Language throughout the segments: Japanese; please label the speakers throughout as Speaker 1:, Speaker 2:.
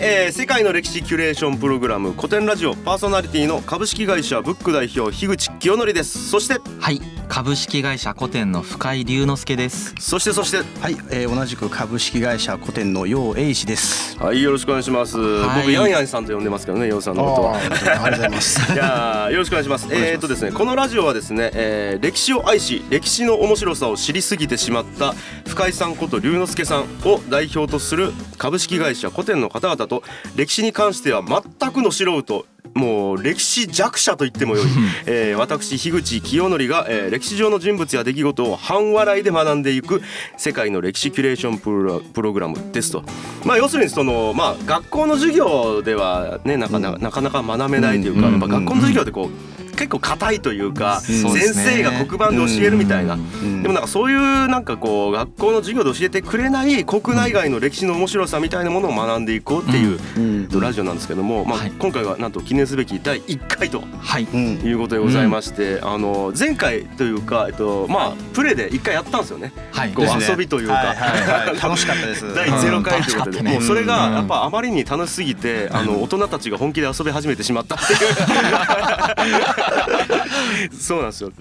Speaker 1: えー世界の歴史キュレーションプログラム古典ラジオパーソナリティの株式会社ブック代表樋口清則ですそして
Speaker 2: はい株式会社古典の深井龍之介です
Speaker 1: そしてそして
Speaker 3: はい、えー同じく株式会社古典の楊英氏です。
Speaker 1: はいよろしくお願いします、
Speaker 2: はい
Speaker 1: 僕ヤンヤンさんと呼んでますけどね楊さんのことは
Speaker 3: ありがとうございます。
Speaker 1: いやーよろしくお願いします。えーっとですね、このラジオはですね、えー歴史を愛し、歴史の面白さを知りすぎてしまった深井さんこと龍之介さんを代表とする株式会社古典の方々と歴史に関しては全くの素人。もう歴史弱者と言っても よい、えー私樋口清則が、えー歴史上の人物や出来事を半笑いで学んでいく世界の歴史キュレーションプロプログラムですと、まあ、要するにその、まあ、学校の授業では、ね、なかなかなかなか学べないというか、
Speaker 3: う
Speaker 1: や
Speaker 3: ん
Speaker 1: っぱ学校の授業ってこう結構硬いというか、
Speaker 2: そうで
Speaker 1: 先
Speaker 2: すね
Speaker 1: 生が黒板で教えるみたいな。
Speaker 3: うん
Speaker 1: でもなんかそういうなんかこう学校の授業で教えてくれない国内外の歴史の面白さみたいなものを学んでいこうっていう
Speaker 3: うん
Speaker 1: ラジオなんですけども、まあ
Speaker 2: はい、
Speaker 1: 今回はなんと記念すべき第1回と
Speaker 2: はい
Speaker 3: うん
Speaker 1: いうことでございまして、あの前回というか、えっとまあ、プレで1回やったんですよね
Speaker 2: はい
Speaker 1: こう
Speaker 3: ですね
Speaker 1: 遊びというか、
Speaker 3: はいはいはい楽しかったです。
Speaker 1: 第ゼロ回ということで、
Speaker 2: うん楽しかったね
Speaker 1: もうそれが
Speaker 2: うん
Speaker 1: やっぱあまりに楽しすぎて、あの大人たちが本気で遊び始めてしまったっていう。そうなんですよ。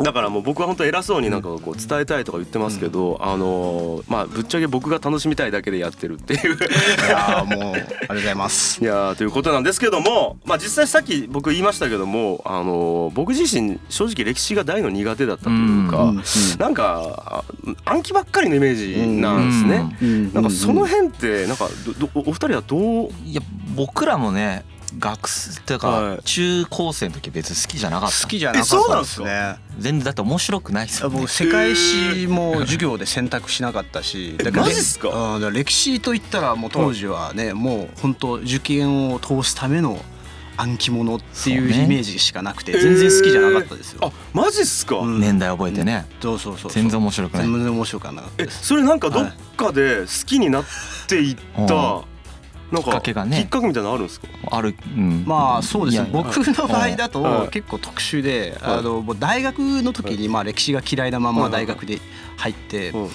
Speaker 1: だからもう僕は本当偉そうになんかこう伝えたいとか言ってますけど、あのーまあぶっちゃけ僕が楽しみたいだけでやってるっていう
Speaker 3: いやーもうありがとうございます
Speaker 1: い。やーということなんですけども、まあ実際さっき僕言いましたけども、あのー僕自身正直歴史が大の苦手だったというか、
Speaker 3: うんうん
Speaker 1: なんかあ暗記ばっかりのイメージなんですね。
Speaker 2: うん
Speaker 1: なんかその辺
Speaker 3: 辺
Speaker 1: ってなんかどどお二人はどう
Speaker 2: いや僕らもね学生っていう
Speaker 1: は
Speaker 2: か
Speaker 1: い
Speaker 2: 中高生の時別に好きじゃなかった
Speaker 3: 好きじゃなかったです
Speaker 1: えそう
Speaker 3: ね。
Speaker 2: 全然だって面白くないですよね
Speaker 3: 僕世界史も授業で選択しなかったし、だから
Speaker 1: マジっすか
Speaker 3: うんだから歴史といったらもう当時はね、もう本当受験を通すための暗記物っていう
Speaker 2: そうね
Speaker 3: イメージしかなくて、全然好きじゃなかったですよ。
Speaker 1: あマジっすか、
Speaker 3: うん
Speaker 2: 年代覚えてね
Speaker 3: そうそうそうそう。
Speaker 2: 全然面白くない
Speaker 3: 全然面白くなかった
Speaker 1: え
Speaker 3: です。
Speaker 1: それなんかどっかで好きになっていった、
Speaker 2: は
Speaker 1: なん
Speaker 2: きっかけがね
Speaker 1: きっかけみたいなのあるんですか
Speaker 2: あるうん
Speaker 3: まあそうです
Speaker 2: い
Speaker 3: ね
Speaker 2: や
Speaker 3: 僕の場合だ
Speaker 1: は
Speaker 3: と
Speaker 1: い
Speaker 3: 結構特殊で
Speaker 1: はい
Speaker 3: あのもう大学の時にまあ歴史が嫌いなま
Speaker 1: は
Speaker 3: ま
Speaker 1: い
Speaker 3: 大学で入って
Speaker 1: うん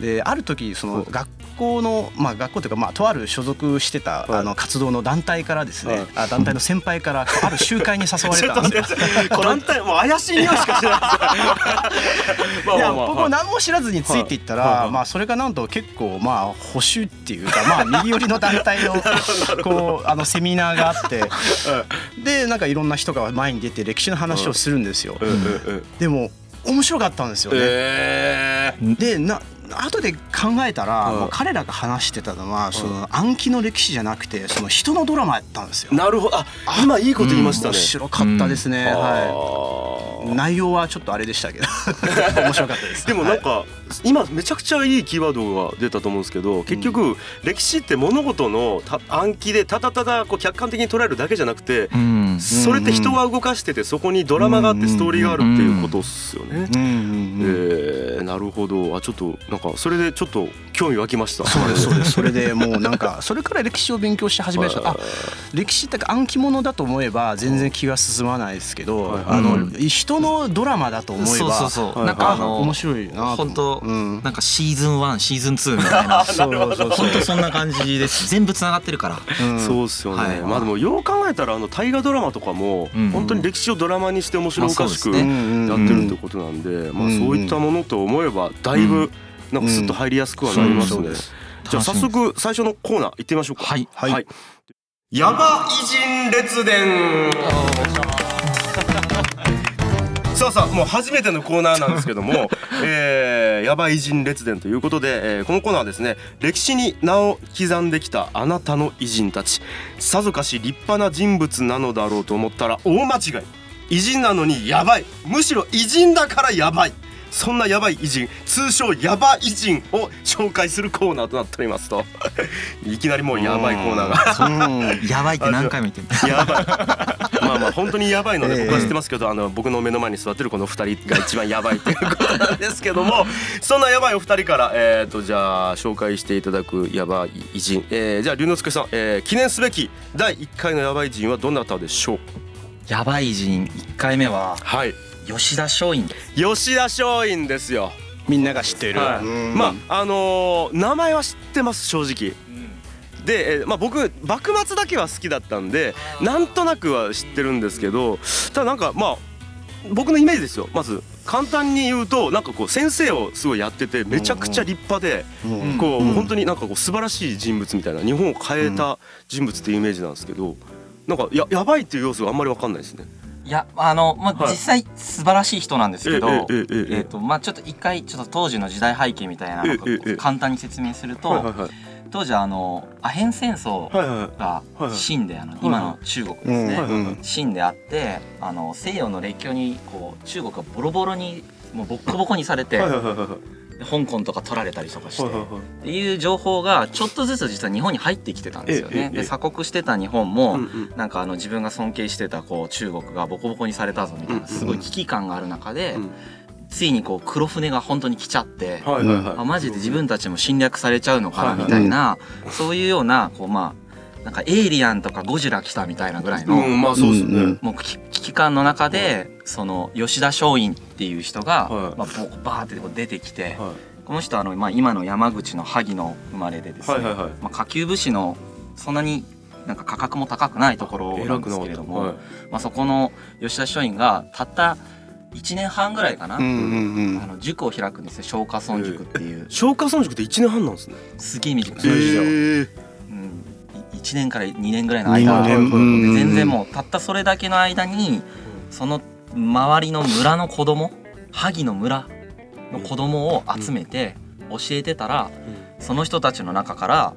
Speaker 3: である時そ
Speaker 1: はい
Speaker 3: の学校のまあ学校というかまあとある所属してた
Speaker 1: はい
Speaker 3: あの活動の団体からです
Speaker 1: はい
Speaker 3: ねあ団体の先輩 からある集会に誘わ
Speaker 1: ち
Speaker 3: れ
Speaker 1: ょった と
Speaker 3: んです
Speaker 1: 待
Speaker 3: よ
Speaker 1: ってくださいこの団体もう怪しい匂いしかしないですまあ
Speaker 3: い
Speaker 1: ま
Speaker 3: や
Speaker 1: あまあ
Speaker 3: 僕も何も知らずについていった
Speaker 1: はいはい
Speaker 3: ら
Speaker 1: はい
Speaker 3: まあそれがなんと結構まあ保守っていうかまあ右寄りの団 体のこうあのセミナーがあってでなんかいろんな人が前に出て歴史の話をするんですよ。
Speaker 1: うんうんうん
Speaker 3: でも面白かったんですよね。
Speaker 1: えー
Speaker 3: でな後で考えたら、
Speaker 1: うん
Speaker 3: もう彼らが話してたのはその暗記の歴史じゃなくてその人のドラマやったんですよ。
Speaker 1: なるほどあ今いいこと言いましたね
Speaker 3: 面、白かったですね。は。
Speaker 1: はい
Speaker 3: 内容はちょっとあれでしたけど面白かったで す。
Speaker 1: でもなん
Speaker 3: はい
Speaker 1: か、今めちゃくちゃいいキーワードが出たと思うんですけど結局歴史って物事のた暗記でただただこう客観的に捉えるだけじゃなくて
Speaker 2: うん
Speaker 1: それって人は動かしててそこにドラマがあっ
Speaker 3: うんう
Speaker 1: て
Speaker 3: ん
Speaker 1: ストーリーがあるっていうことっすよね。
Speaker 3: うん
Speaker 1: え
Speaker 3: うんうん。
Speaker 1: ー、なるほどあちょっとなんかそれでちょっと興味湧きました。
Speaker 3: そうですそうですそれでもうなんかそれから歴史を勉強して始めましたあ歴史ってか暗記物だと思えば全然気が進まないですけど
Speaker 1: はい
Speaker 3: あ
Speaker 2: う
Speaker 3: の
Speaker 2: ん
Speaker 3: 人のドラマだと思えば
Speaker 2: そうそうそう
Speaker 1: はい
Speaker 2: なんかあの
Speaker 3: 面白いなと思って
Speaker 2: 本当
Speaker 3: うん
Speaker 2: なんかシーズン1シーズン2みたい な
Speaker 3: そうそうそう
Speaker 2: 本当そんな感じです全部つながってるから
Speaker 3: うん
Speaker 1: そうっすよね、
Speaker 2: はい
Speaker 1: まあでもよう考えたらあの大河ドラマとかも
Speaker 2: うん
Speaker 1: 本当に歴史をドラマにして面白おかしく
Speaker 2: まあ
Speaker 1: や
Speaker 2: そう
Speaker 1: っ
Speaker 2: です
Speaker 3: ね
Speaker 1: てるってことなんで、まあ、そういったものと思えばだいうぶなんかスッと入りやすくはなりますね。
Speaker 3: うん
Speaker 1: じゃあ早速最初のコーナー行ってみましょうか。
Speaker 2: はい
Speaker 3: はい
Speaker 1: ヤバ偉人列伝。さあさあもう初めてのコーナーなんですけども、えー、ヤバ偉人列伝ということで、えーこのコーナーはですね歴史に名を刻んできたあなたの偉人たちさぞかし立派な人物なのだろうと思ったら大間違い偉人なのにヤバいむしろ偉人だからヤバいそんなヤバい偉人通称ヤバ偉人を紹介するコーナーとなっておりますと いきなりもうヤバいコーナーが
Speaker 3: うん
Speaker 2: やばいって何回も言ってる
Speaker 1: やばい。まあまあ本当にやばいので
Speaker 3: ええ
Speaker 1: 僕は知ってますけど、あの僕の目の前に座ってるこの二人が一番やばいっていうことなんですけども、そんなやばいお二人からえっ、とじゃあ紹介していただくやばい偉人、えー、じゃあ龍之介さん、えー記念すべき第一回のやばい偉人はどなたでしょう。
Speaker 2: やばい偉人1回目は
Speaker 1: はい。
Speaker 2: 吉田松陰です
Speaker 1: 吉田松陰ですよ。
Speaker 3: みんなが知っている。うん
Speaker 1: まああのー名前は知ってます正直。で、えーまあ、僕幕末だけは好きだったんでなんとなくは知ってるんですけどただなんかまあ僕のイメージですよまず簡単に言うとなんかこう先生をすごいやっててめちゃくちゃ立派で
Speaker 3: うん
Speaker 1: こう
Speaker 3: うん
Speaker 1: 本当になんかこう素晴らしい人物みたいな日本を変えた人物っていうイメージなんですけどなんかややばいっていう要素があんまりわかんないですね。
Speaker 2: いやあの、まあ、
Speaker 1: はい
Speaker 2: 実際素晴らしい人なんですけど、
Speaker 1: え
Speaker 2: え
Speaker 1: え
Speaker 2: っ
Speaker 1: ええええええ
Speaker 2: とまあ、ちょっと一回ちょっと当時の時代背景みたいなの
Speaker 1: え
Speaker 2: を
Speaker 1: えええ
Speaker 2: 簡単に説明すると、
Speaker 1: はいはいはい
Speaker 2: 当時はあのアヘン戦争
Speaker 1: はいはい
Speaker 2: が
Speaker 1: はいはい
Speaker 2: 清であの今の中国です
Speaker 3: うん
Speaker 2: ね、
Speaker 1: はいはいはい
Speaker 2: 清であってあの西洋の列強にこう中国がボロボロにもうボッコボコにされて、
Speaker 1: はいはいはいはいはい
Speaker 2: で香港とか取られたりとかして、
Speaker 1: はいはいはい
Speaker 2: っていう情報がちょっとずつ実は日本に入ってきてたんですよ
Speaker 1: えええ
Speaker 2: ね。
Speaker 1: え
Speaker 2: で鎖国してた日本も、
Speaker 1: うんうん
Speaker 2: なんかあの自分が尊敬してたこう中国がボコボコにされたぞみたいなすごい危機感がある中で、
Speaker 1: うん
Speaker 2: ついにこう黒船が本当に来ちゃって、
Speaker 1: はいはいはい
Speaker 2: あマジで自分たちも侵略されちゃうのかな
Speaker 1: はい
Speaker 2: みたいな、そういうようなこうまあなんかエイリアンとかゴジラ来たみたいなぐらいの、
Speaker 1: うんまあそうですね。
Speaker 3: うん
Speaker 2: もうき危機感の中で、その吉田松陰っていう人が、
Speaker 1: はい
Speaker 2: まあ、ボバーってこう出てきて、
Speaker 1: は
Speaker 2: この人はあの、まあ、今の山口の萩の生まれでですね、
Speaker 1: はいはいはい
Speaker 2: まあ、下級武士のそんなになんか価格も高くないところ
Speaker 1: い。
Speaker 2: なんですけれども、まあ、そこの吉田松陰がたった1年半ぐらいかな、
Speaker 3: うんうんうん
Speaker 2: あの塾を開くんですよ松下村塾っていう、
Speaker 1: 消化損塾って一年半なんですね。
Speaker 2: すげえ短い、
Speaker 1: えー
Speaker 2: うん、1年から2年ぐらいの間
Speaker 3: 2年うんうん
Speaker 2: 全然もうたったそれだけの間にその周りの村の子供萩の村の子供を集めて教えてたらその人たちの中から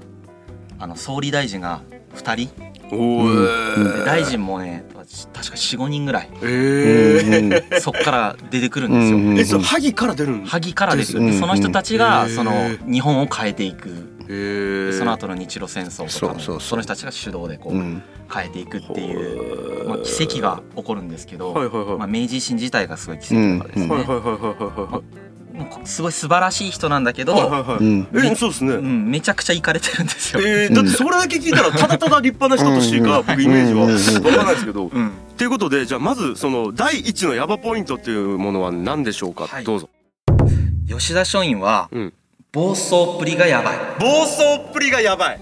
Speaker 2: あの総理大臣が2人
Speaker 1: お
Speaker 3: うん
Speaker 1: ー
Speaker 2: で大臣もね確か45人ぐらい
Speaker 1: えー
Speaker 3: うんうん
Speaker 2: そっから出てくるんですよ。
Speaker 3: うんうん
Speaker 1: えそれ萩から出るんだ。
Speaker 2: 萩からですよ、
Speaker 3: うん
Speaker 2: でその人たちが
Speaker 1: へー
Speaker 2: その日本を変えていく、
Speaker 1: えー
Speaker 2: その後の日露戦争とかも
Speaker 3: そうそうそう
Speaker 2: その人たちが主導でこう、
Speaker 3: うん
Speaker 2: 変えていくっていう、まあ、奇跡が起こるんですけど、
Speaker 1: はいはいはい
Speaker 2: まあ、明治維新自体がすごい奇跡とかですね、
Speaker 1: はいはいはいは
Speaker 2: もうすごい素晴らしい人なんだけど、
Speaker 1: いはいはいは
Speaker 3: う
Speaker 1: い
Speaker 3: ん
Speaker 1: はい。えそうですね。
Speaker 2: うん、めちゃくちゃいかれてるんですよ。
Speaker 1: えー、だってそれだけ聞いたらただただ立派な人としてか僕イメージはわからないですけど。
Speaker 2: うん
Speaker 1: ということでじゃあまずその第一のヤバポイントっていうものは何でしょうか、
Speaker 2: はい
Speaker 1: どうぞ。
Speaker 2: 吉田松陰は
Speaker 1: うん
Speaker 2: 暴走っぷりがやばい
Speaker 1: 暴走っぷりがやばい。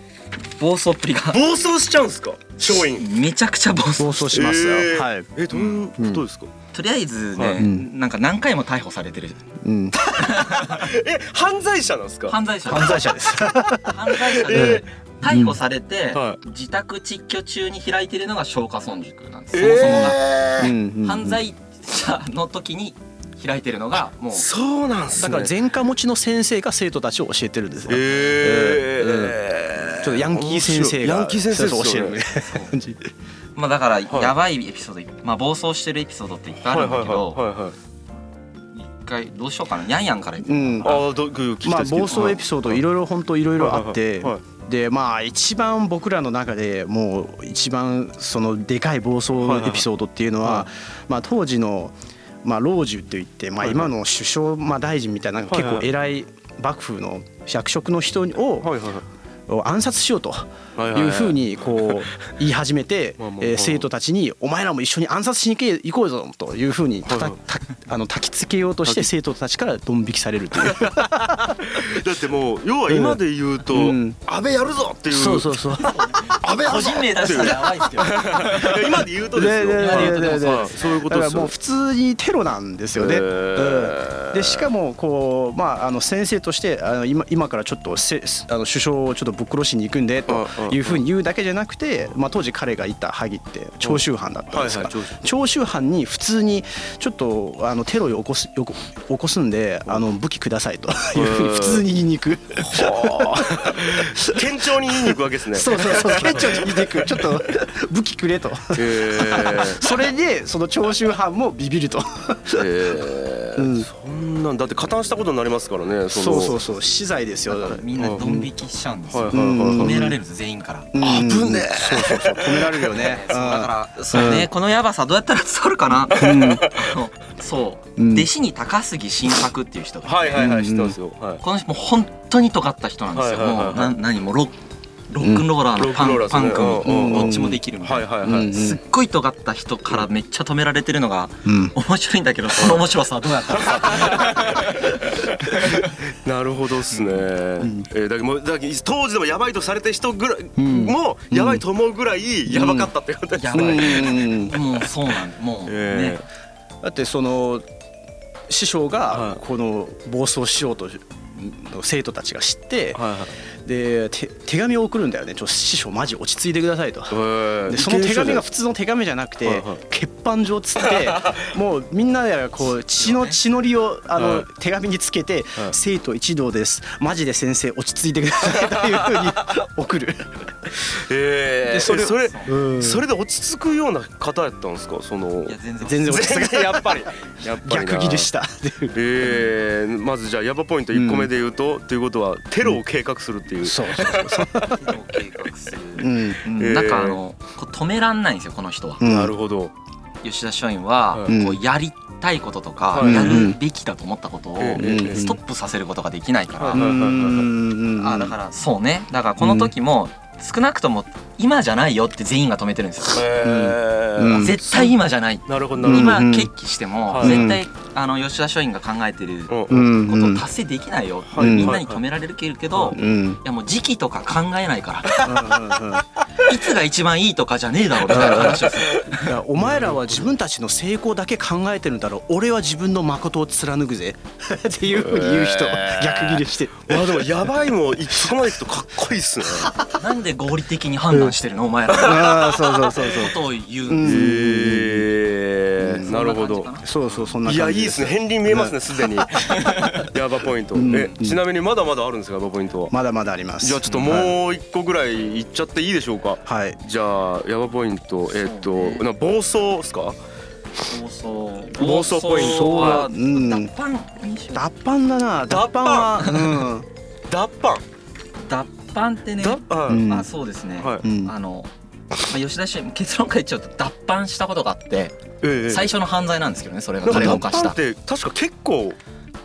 Speaker 2: 暴走っぷりが
Speaker 1: 暴走しちゃうんすか松陰。
Speaker 2: めちゃくちゃ暴走
Speaker 3: 暴走しますよ、
Speaker 1: えー
Speaker 3: はい、
Speaker 1: えどういうことですか、
Speaker 2: とりあえず
Speaker 1: は
Speaker 2: ね、
Speaker 1: い
Speaker 3: うん
Speaker 2: なんか何回も逮捕されてる
Speaker 3: うん、
Speaker 1: え犯罪者なんですか
Speaker 2: 犯罪者
Speaker 3: 犯罪者です
Speaker 2: 犯罪者
Speaker 1: え
Speaker 2: で逮捕されて、
Speaker 1: うんはい
Speaker 2: 自宅蟄居中に開いてるのが松下村塾なんです、
Speaker 1: え
Speaker 2: そもそもが。
Speaker 1: ー
Speaker 2: 犯
Speaker 3: 犯
Speaker 2: 罪者の時に開いてるのがもう
Speaker 1: そうなんす
Speaker 3: だ
Speaker 1: ね
Speaker 3: から前科持ちの先生が生徒たちを教えてるんです
Speaker 1: え
Speaker 3: ね、
Speaker 1: ーえー
Speaker 3: ちょっとヤンキー先生が
Speaker 1: ヤンキー先生
Speaker 3: そうそう教えるみ
Speaker 1: ね
Speaker 3: たいな感じで
Speaker 2: まあだからやばいエピソード、まあ暴走してるエピソードっていっぱいあるんだけど
Speaker 1: はいはいはい
Speaker 2: 一回どうしようかなヤンヤンから言って
Speaker 3: うん
Speaker 1: ああどう聞き
Speaker 3: ま
Speaker 1: たい
Speaker 3: あ
Speaker 1: ですけど
Speaker 3: 暴走エピソードいろいろ本当いろいろあって
Speaker 1: はいはい
Speaker 3: でまあ一番僕らの中でもう一番そのでかい暴走エピソードっていうの
Speaker 1: はいはい
Speaker 3: はまあ当時のまあ老中といってま
Speaker 1: は
Speaker 3: あ
Speaker 1: いはい
Speaker 3: 今の首相まあ大臣みたいな
Speaker 1: は
Speaker 3: 結
Speaker 1: い
Speaker 3: 構
Speaker 1: はい
Speaker 3: 偉い幕府の役職の人を
Speaker 1: はいはいはい
Speaker 3: 暗殺しようと
Speaker 1: はいはい
Speaker 3: いうふうに こう言い始めて
Speaker 1: まあまあまあ
Speaker 3: えー生徒たちに「お前らも一緒に暗殺しに行け行こうぞ」というふうにた
Speaker 1: は
Speaker 3: た
Speaker 1: いはい
Speaker 3: たあの焚きつけようとして生徒たちからドン引きされると いう。
Speaker 1: だってもう要は今で言うと、
Speaker 3: うん
Speaker 1: 安倍やるぞっていう
Speaker 3: そうそうそう。
Speaker 1: 安倍や
Speaker 2: 個
Speaker 1: るぞ
Speaker 2: 人 名出したらやばいっすよ
Speaker 1: いや今で言うとですよ
Speaker 3: ねねね
Speaker 1: 今で言うとでも
Speaker 3: ねねね
Speaker 1: はいそういうこ
Speaker 3: だ
Speaker 1: とで
Speaker 3: から
Speaker 1: す
Speaker 3: もう
Speaker 1: よ
Speaker 3: 普通にテロなんですよね。
Speaker 1: へ
Speaker 3: う
Speaker 1: ー
Speaker 3: んでしかもこうまああの先生としてあの今今からちょっとせあの首相をちょっとぶっ殺しに行くんでと
Speaker 1: うんうん
Speaker 3: いうふうに言うだけじゃなくて、まあ当時彼がいた萩って長州藩だったんですが
Speaker 1: はいはい長州、
Speaker 3: 長州藩に普通にちょっとあのテロを起こすよこ起こすんであの武器くださいというふうに普通に言いに行く。
Speaker 1: 堅調に言いに行くわけですね
Speaker 3: そうそうそう。県庁に言いに行く。ちょっと武器くれと。
Speaker 1: へー
Speaker 3: それでその長州藩もビビると。
Speaker 1: えー
Speaker 3: うん
Speaker 1: そんなんだって加担したことになりますからねそ
Speaker 3: そ
Speaker 1: の
Speaker 3: うそうそう資材ですよ。
Speaker 2: みんなドン引きしちゃうんですよ
Speaker 1: はいはいはい
Speaker 2: 止
Speaker 1: はい
Speaker 2: められるんです全員から。
Speaker 3: うん
Speaker 1: 危ねえ
Speaker 3: そうそうそう止められるよね
Speaker 2: そうだからそうねこのヤバさどうやったら伝わるかなあの そう
Speaker 3: うん
Speaker 2: 弟子に高杉晋作っていう人が
Speaker 1: はいはいはい知ってますよはい
Speaker 2: この人もう本当に尖った人なんですよ
Speaker 1: はいはいはい
Speaker 2: もうな何もろロックンローラー
Speaker 1: ロッ
Speaker 2: の
Speaker 1: ク
Speaker 2: パ
Speaker 1: ンロー
Speaker 2: ン,、
Speaker 1: ラーです
Speaker 2: パ
Speaker 1: ね
Speaker 2: ン君
Speaker 1: うん
Speaker 3: うん
Speaker 2: どっちもできるみた
Speaker 1: はいい
Speaker 2: な、
Speaker 1: はいうはい、
Speaker 3: ん
Speaker 2: すっごい尖った人からめっちゃ止められてるのが
Speaker 3: うん
Speaker 2: 面白いんだけどその面白さはどうやったの
Speaker 1: なるほどっすね、えーだけどもうだけど当時でもやばいとされた人ぐらい、
Speaker 3: ん
Speaker 1: もやばいと思うぐらいやばかったってことですね、
Speaker 2: うんやばい
Speaker 3: うん
Speaker 2: もうそうなんもう ね、
Speaker 1: え
Speaker 3: だってその師匠
Speaker 1: はい
Speaker 3: がこの暴走しようと生徒たちが知って、
Speaker 1: はいはい
Speaker 3: でて手紙を送るんだよねちょ師匠マジ落ち着いてくださいと。
Speaker 1: えー
Speaker 3: でその手紙が
Speaker 1: い
Speaker 3: 普通の手紙じゃなくて、
Speaker 1: はいはい
Speaker 3: 欠板状っつって もうみんなでこう血の血のりをあの、
Speaker 1: はい
Speaker 3: 手紙につけて、
Speaker 1: はい
Speaker 3: 生徒一同ですマジで先生落ち着いてください」というふうに送る。
Speaker 1: ける
Speaker 3: で
Speaker 1: 人
Speaker 3: そ
Speaker 1: じ
Speaker 3: れ
Speaker 1: ゃないえーそれ
Speaker 3: うん
Speaker 1: それで落ち着くような方やったんですかその
Speaker 2: いや全然
Speaker 3: 全然落ち着
Speaker 1: 全然 やっぱりやっぱりな
Speaker 3: 逆ギ レした。
Speaker 1: えー、まずじゃあヤバポイント1個目で言うと、ということはテロを計画するっていう、
Speaker 3: そうそうそう
Speaker 2: 計画する、
Speaker 3: うん
Speaker 2: うん
Speaker 1: えー
Speaker 2: なんかあのこう止めらんないんですよこの人は、
Speaker 3: うん
Speaker 1: なるほど、
Speaker 2: 吉田松陰は、
Speaker 1: うん
Speaker 2: こうやりたいこととか、
Speaker 1: はい
Speaker 2: やるべきだと思ったことを
Speaker 1: えーえー
Speaker 2: ストップさせることができないから、
Speaker 1: はいはい
Speaker 2: あだからそうねだからこの時も少なくとも今じゃないよって全員が止めてるんですよ、
Speaker 1: え
Speaker 3: うんうん
Speaker 2: 絶対今じゃない
Speaker 1: なるほどなるほど、
Speaker 2: 今
Speaker 3: うん
Speaker 2: 決起しても
Speaker 1: はい
Speaker 2: 絶対あの吉田松陰が考えてるこ
Speaker 1: うんうん
Speaker 2: とを達成できないよ
Speaker 1: はい
Speaker 2: みんなに止められるけど
Speaker 3: うん
Speaker 2: いやもう時期とか考えないから いつが一番いいとかじゃねえだろみたいな話をする
Speaker 3: だからお前らは自分たちの成功だけ考えてるんだろう俺は自分の誠を貫くぜ っていうふうに言う人
Speaker 1: えー
Speaker 3: 逆ギレして
Speaker 1: まあでもやばいもいそこまでいくとかっこいいっすね
Speaker 2: なんで合理的に判断してるのお前らの
Speaker 3: ああそうそうそうそう
Speaker 2: ことを言
Speaker 3: う
Speaker 2: うん
Speaker 3: ん
Speaker 2: ですよ
Speaker 1: へえ
Speaker 2: そん
Speaker 1: な
Speaker 2: 感
Speaker 1: る
Speaker 2: じ
Speaker 1: ほど
Speaker 2: かな
Speaker 3: そうそうそんない
Speaker 1: や
Speaker 3: 感
Speaker 1: い
Speaker 3: じ
Speaker 1: いですね片鱗見えますねす でにヤバポイント
Speaker 3: ん
Speaker 1: えちなみにまだまだあるんですかヤバポイントは
Speaker 3: まだまだあります
Speaker 1: じゃあちょっともう一個ぐらいいっちゃっていいでしょうか
Speaker 3: はい
Speaker 1: じゃあヤバポイントえーっ
Speaker 2: そう
Speaker 1: と
Speaker 2: ね
Speaker 1: な暴走ですか
Speaker 2: 暴走
Speaker 1: 暴走ポイント
Speaker 2: は
Speaker 3: う
Speaker 2: 脱
Speaker 3: ん
Speaker 2: 藩にしよう
Speaker 3: 脱藩だな脱藩は
Speaker 1: 脱藩
Speaker 2: 脱藩ってね
Speaker 1: 脱
Speaker 3: うん
Speaker 1: 藩
Speaker 2: まあそうですね
Speaker 1: はい
Speaker 3: うんうん
Speaker 2: あのまあ吉田氏結論から言っちゃうと脱藩したことがあって
Speaker 1: ええ
Speaker 2: 最初の犯罪なんですけどねそれが
Speaker 1: なん
Speaker 2: 彼が
Speaker 1: か
Speaker 2: 犯
Speaker 1: 脱
Speaker 2: し
Speaker 1: 藩
Speaker 2: た
Speaker 1: って確か結構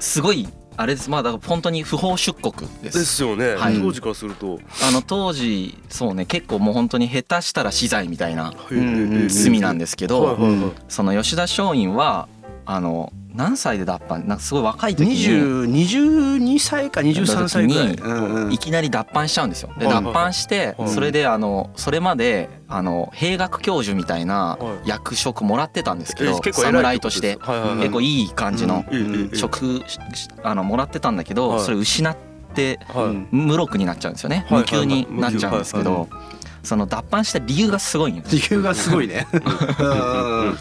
Speaker 2: すごいあれですまあだから本当に不法出国
Speaker 1: で
Speaker 2: で
Speaker 1: すすよね
Speaker 2: はい
Speaker 1: 当時からすると
Speaker 2: あの当時そうね結構もう本当に下手したら死罪みたいな
Speaker 1: へえ
Speaker 3: うんうん
Speaker 1: へえ
Speaker 2: 罪なんですけど、
Speaker 1: はいはいはい
Speaker 2: その吉田松陰はあの何歳で脱藩なんかすごい若い時に
Speaker 3: 20 22歳か23歳ぐらい
Speaker 2: 時
Speaker 3: うんうん
Speaker 2: いきなり脱藩しちゃうんですよ。で
Speaker 1: はいはい
Speaker 2: 脱藩して
Speaker 1: はい
Speaker 2: それであのそれまであの兵学教授みたいな
Speaker 1: はい
Speaker 2: 役職もらってたんですけ
Speaker 1: え
Speaker 2: ど
Speaker 1: 結構偉い
Speaker 2: 侍として
Speaker 1: はいはいはい
Speaker 2: 結構いい感じの
Speaker 1: ええええ
Speaker 2: 職しあのもらってたんだ
Speaker 1: は
Speaker 2: けど
Speaker 1: い
Speaker 2: それ失って
Speaker 1: は
Speaker 3: う
Speaker 1: い
Speaker 3: ん
Speaker 2: 無禄になっちゃうんですよね
Speaker 1: はいはい
Speaker 2: 無
Speaker 1: は
Speaker 2: 給
Speaker 1: い
Speaker 2: になっちゃうんですけ
Speaker 1: 無
Speaker 2: どその脱藩した理由がすごいんよね
Speaker 3: 理由がすご いねうんうん
Speaker 1: なん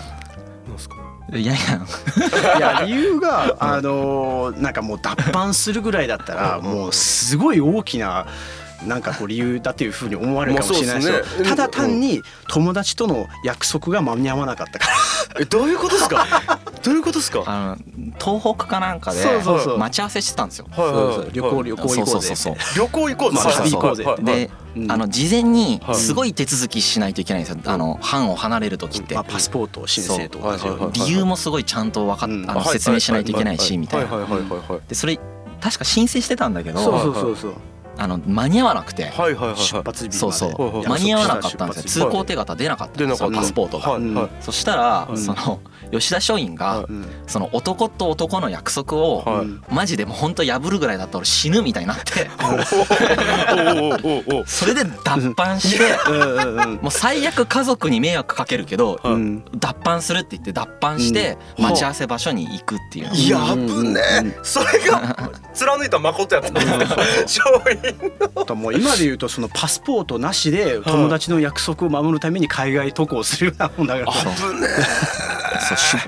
Speaker 1: すか
Speaker 2: いやいや
Speaker 3: いや理由があのーなんかもう脱藩するぐらいだったら
Speaker 1: うんうん
Speaker 3: もうすごい大きな。なんかこう理由だっていうふうに思われるかもしれないです
Speaker 1: まあ
Speaker 3: よ
Speaker 1: そうですね
Speaker 3: ただ単に友達との約束が間に合わなかったか
Speaker 1: えどういうことです かどういうことですか
Speaker 2: あの東北かなんかで
Speaker 3: そうそうそう
Speaker 2: 待ち合わせしてたんですよ。
Speaker 1: はいは
Speaker 3: ら、
Speaker 1: いはい
Speaker 3: そうそう旅行旅行
Speaker 2: そ
Speaker 3: 行
Speaker 2: う
Speaker 3: こ
Speaker 2: そううそう
Speaker 3: ぜ
Speaker 2: そう
Speaker 1: 旅行行こう
Speaker 3: ま
Speaker 2: あそうそ
Speaker 1: はい
Speaker 2: う
Speaker 1: はい
Speaker 3: 旅行
Speaker 1: は
Speaker 3: 行こうぜ
Speaker 1: い
Speaker 2: で、
Speaker 3: うん
Speaker 2: あの事前に
Speaker 1: はい
Speaker 2: すごい手続きしないといけないんですよ、あの藩を離れる時って、
Speaker 3: まあ、パスポートを申請とか
Speaker 1: そうはいはいはい
Speaker 2: 理由もすごいちゃんと分かっ、
Speaker 3: うん
Speaker 2: あの説明しないといけないしみたい
Speaker 1: は
Speaker 2: な。
Speaker 1: いはいはいはいはい
Speaker 2: でそれ確か申請してたんだけ
Speaker 3: そう
Speaker 2: ど
Speaker 3: そうそうそう
Speaker 2: あの間に合わなくて、
Speaker 1: はいはいはいはい
Speaker 3: 出発日まで
Speaker 2: そう
Speaker 1: はいは
Speaker 2: そ
Speaker 1: いう
Speaker 2: 間に合わなかったんですよ
Speaker 1: 出
Speaker 2: 通行手形出なかった
Speaker 1: 出
Speaker 2: ん
Speaker 1: な
Speaker 2: で
Speaker 1: か
Speaker 2: す
Speaker 1: っ
Speaker 2: よ
Speaker 1: た
Speaker 2: パスポートが。
Speaker 1: はいはい
Speaker 2: そしたら、
Speaker 1: うん
Speaker 2: その吉田松陰が、
Speaker 1: はい
Speaker 3: うん
Speaker 2: その男と男の約束を、
Speaker 1: はい
Speaker 3: うん
Speaker 2: マジでもう本当破るぐらいだったら俺死ぬみたいにな って
Speaker 1: おおおおおお
Speaker 2: それで脱藩して
Speaker 3: うんうん
Speaker 2: もう最悪家族に迷惑かけるけど
Speaker 1: はい
Speaker 3: うん
Speaker 2: 脱藩するって言って脱藩して
Speaker 1: うん
Speaker 2: 待ち合わせ場所に行くっていうの
Speaker 1: やぶねそれ が貫いた誠やったんですか勝因
Speaker 3: あともう今で言うとそのパスポートなしで友達の約束を守るために海外渡航するようなもんだから
Speaker 2: そうそう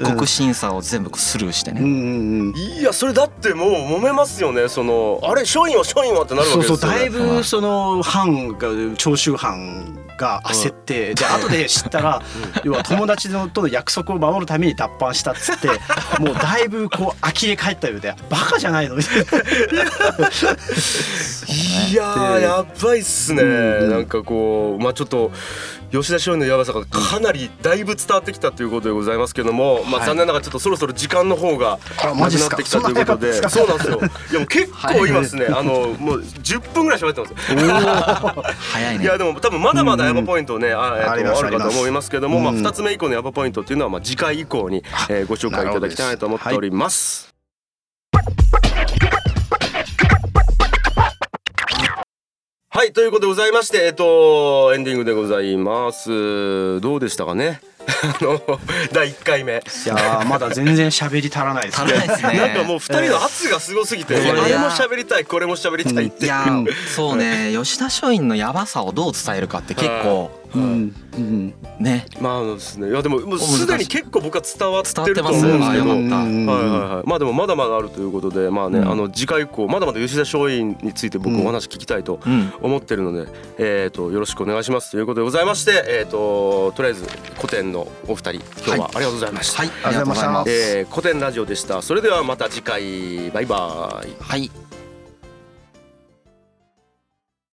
Speaker 2: 出国審査を全部スルーして
Speaker 3: うん
Speaker 2: ね
Speaker 3: うんうん
Speaker 1: いやそれだってもう揉めますよねそのあれ商品は商品はってなるわ
Speaker 3: そ
Speaker 1: け
Speaker 3: う
Speaker 1: ですよ
Speaker 3: そうだい
Speaker 1: ね
Speaker 3: ぶその藩が長州藩が焦ってじゃあ後で知ったら要は友達のとの約束を守るために脱藩したっつってもうだいぶこう呆れ返ったようでバカじゃないのみたい
Speaker 1: いやーやばいっすね、
Speaker 3: うんうん
Speaker 1: なんかこうまあちょっと吉田松陰のやばさがかなりだいぶ伝わってきたということでございますけども、まあ残念ながらちょっとそろそろ時間の方が
Speaker 3: あ
Speaker 1: な
Speaker 3: マ
Speaker 1: く
Speaker 3: ジっ
Speaker 1: なっ
Speaker 3: すか
Speaker 1: てきたということで、
Speaker 3: そ
Speaker 1: そうなんですよ。いやもう結構いますね。あのもう10分ぐらい喋ってます。
Speaker 2: 早い
Speaker 1: い
Speaker 2: ね
Speaker 1: やでも多分まだまだヤバポイントね、あえっと
Speaker 3: あります
Speaker 1: あるかと思いますけども、
Speaker 3: あり
Speaker 1: ま
Speaker 3: ま
Speaker 1: あ
Speaker 3: す
Speaker 1: 2つ目以降のヤバポイントっていうのはまあ次回以降にえーご紹介いただきたいと思っております。はいということでございましてえっとエンディングでございます。どうでしたかね。 あの第1回目。
Speaker 3: いやーまだ全然喋り足らないです
Speaker 2: 足らないですね
Speaker 1: なんかもう2人の圧がすごすぎて、
Speaker 2: えー
Speaker 1: あれも喋りたいこれも喋りたいってい
Speaker 2: い
Speaker 1: う。
Speaker 2: やーそうね吉田松陰のやばさをどう伝えるかって結構
Speaker 3: う
Speaker 1: はい
Speaker 3: んうん
Speaker 2: ね
Speaker 1: まあですね。いやでももうすでに結構僕は伝わって
Speaker 2: 伝わっ
Speaker 1: る
Speaker 2: て
Speaker 1: と
Speaker 2: ま
Speaker 1: 思
Speaker 2: す
Speaker 1: うんです
Speaker 2: あ
Speaker 1: け
Speaker 2: よ
Speaker 1: ど。
Speaker 2: か
Speaker 1: は
Speaker 2: っ
Speaker 1: い
Speaker 2: た、
Speaker 3: うん
Speaker 1: はいはい。まあでもまだまだあるということで、まあね、
Speaker 2: うん
Speaker 1: あの次回以降まだまだ吉田松陰について僕
Speaker 3: うん
Speaker 1: お話聞きたいと
Speaker 2: うん、
Speaker 1: 思ってるので、えっ、とよろしくお願いしますということでございまして、えっ、ととりあえず古典のお二人今日はありがとうございました。
Speaker 2: はい
Speaker 3: ありがとうございます
Speaker 2: ありがとうござい
Speaker 1: えー古典ラジオでした。それではまた次回バイバイ。
Speaker 2: はい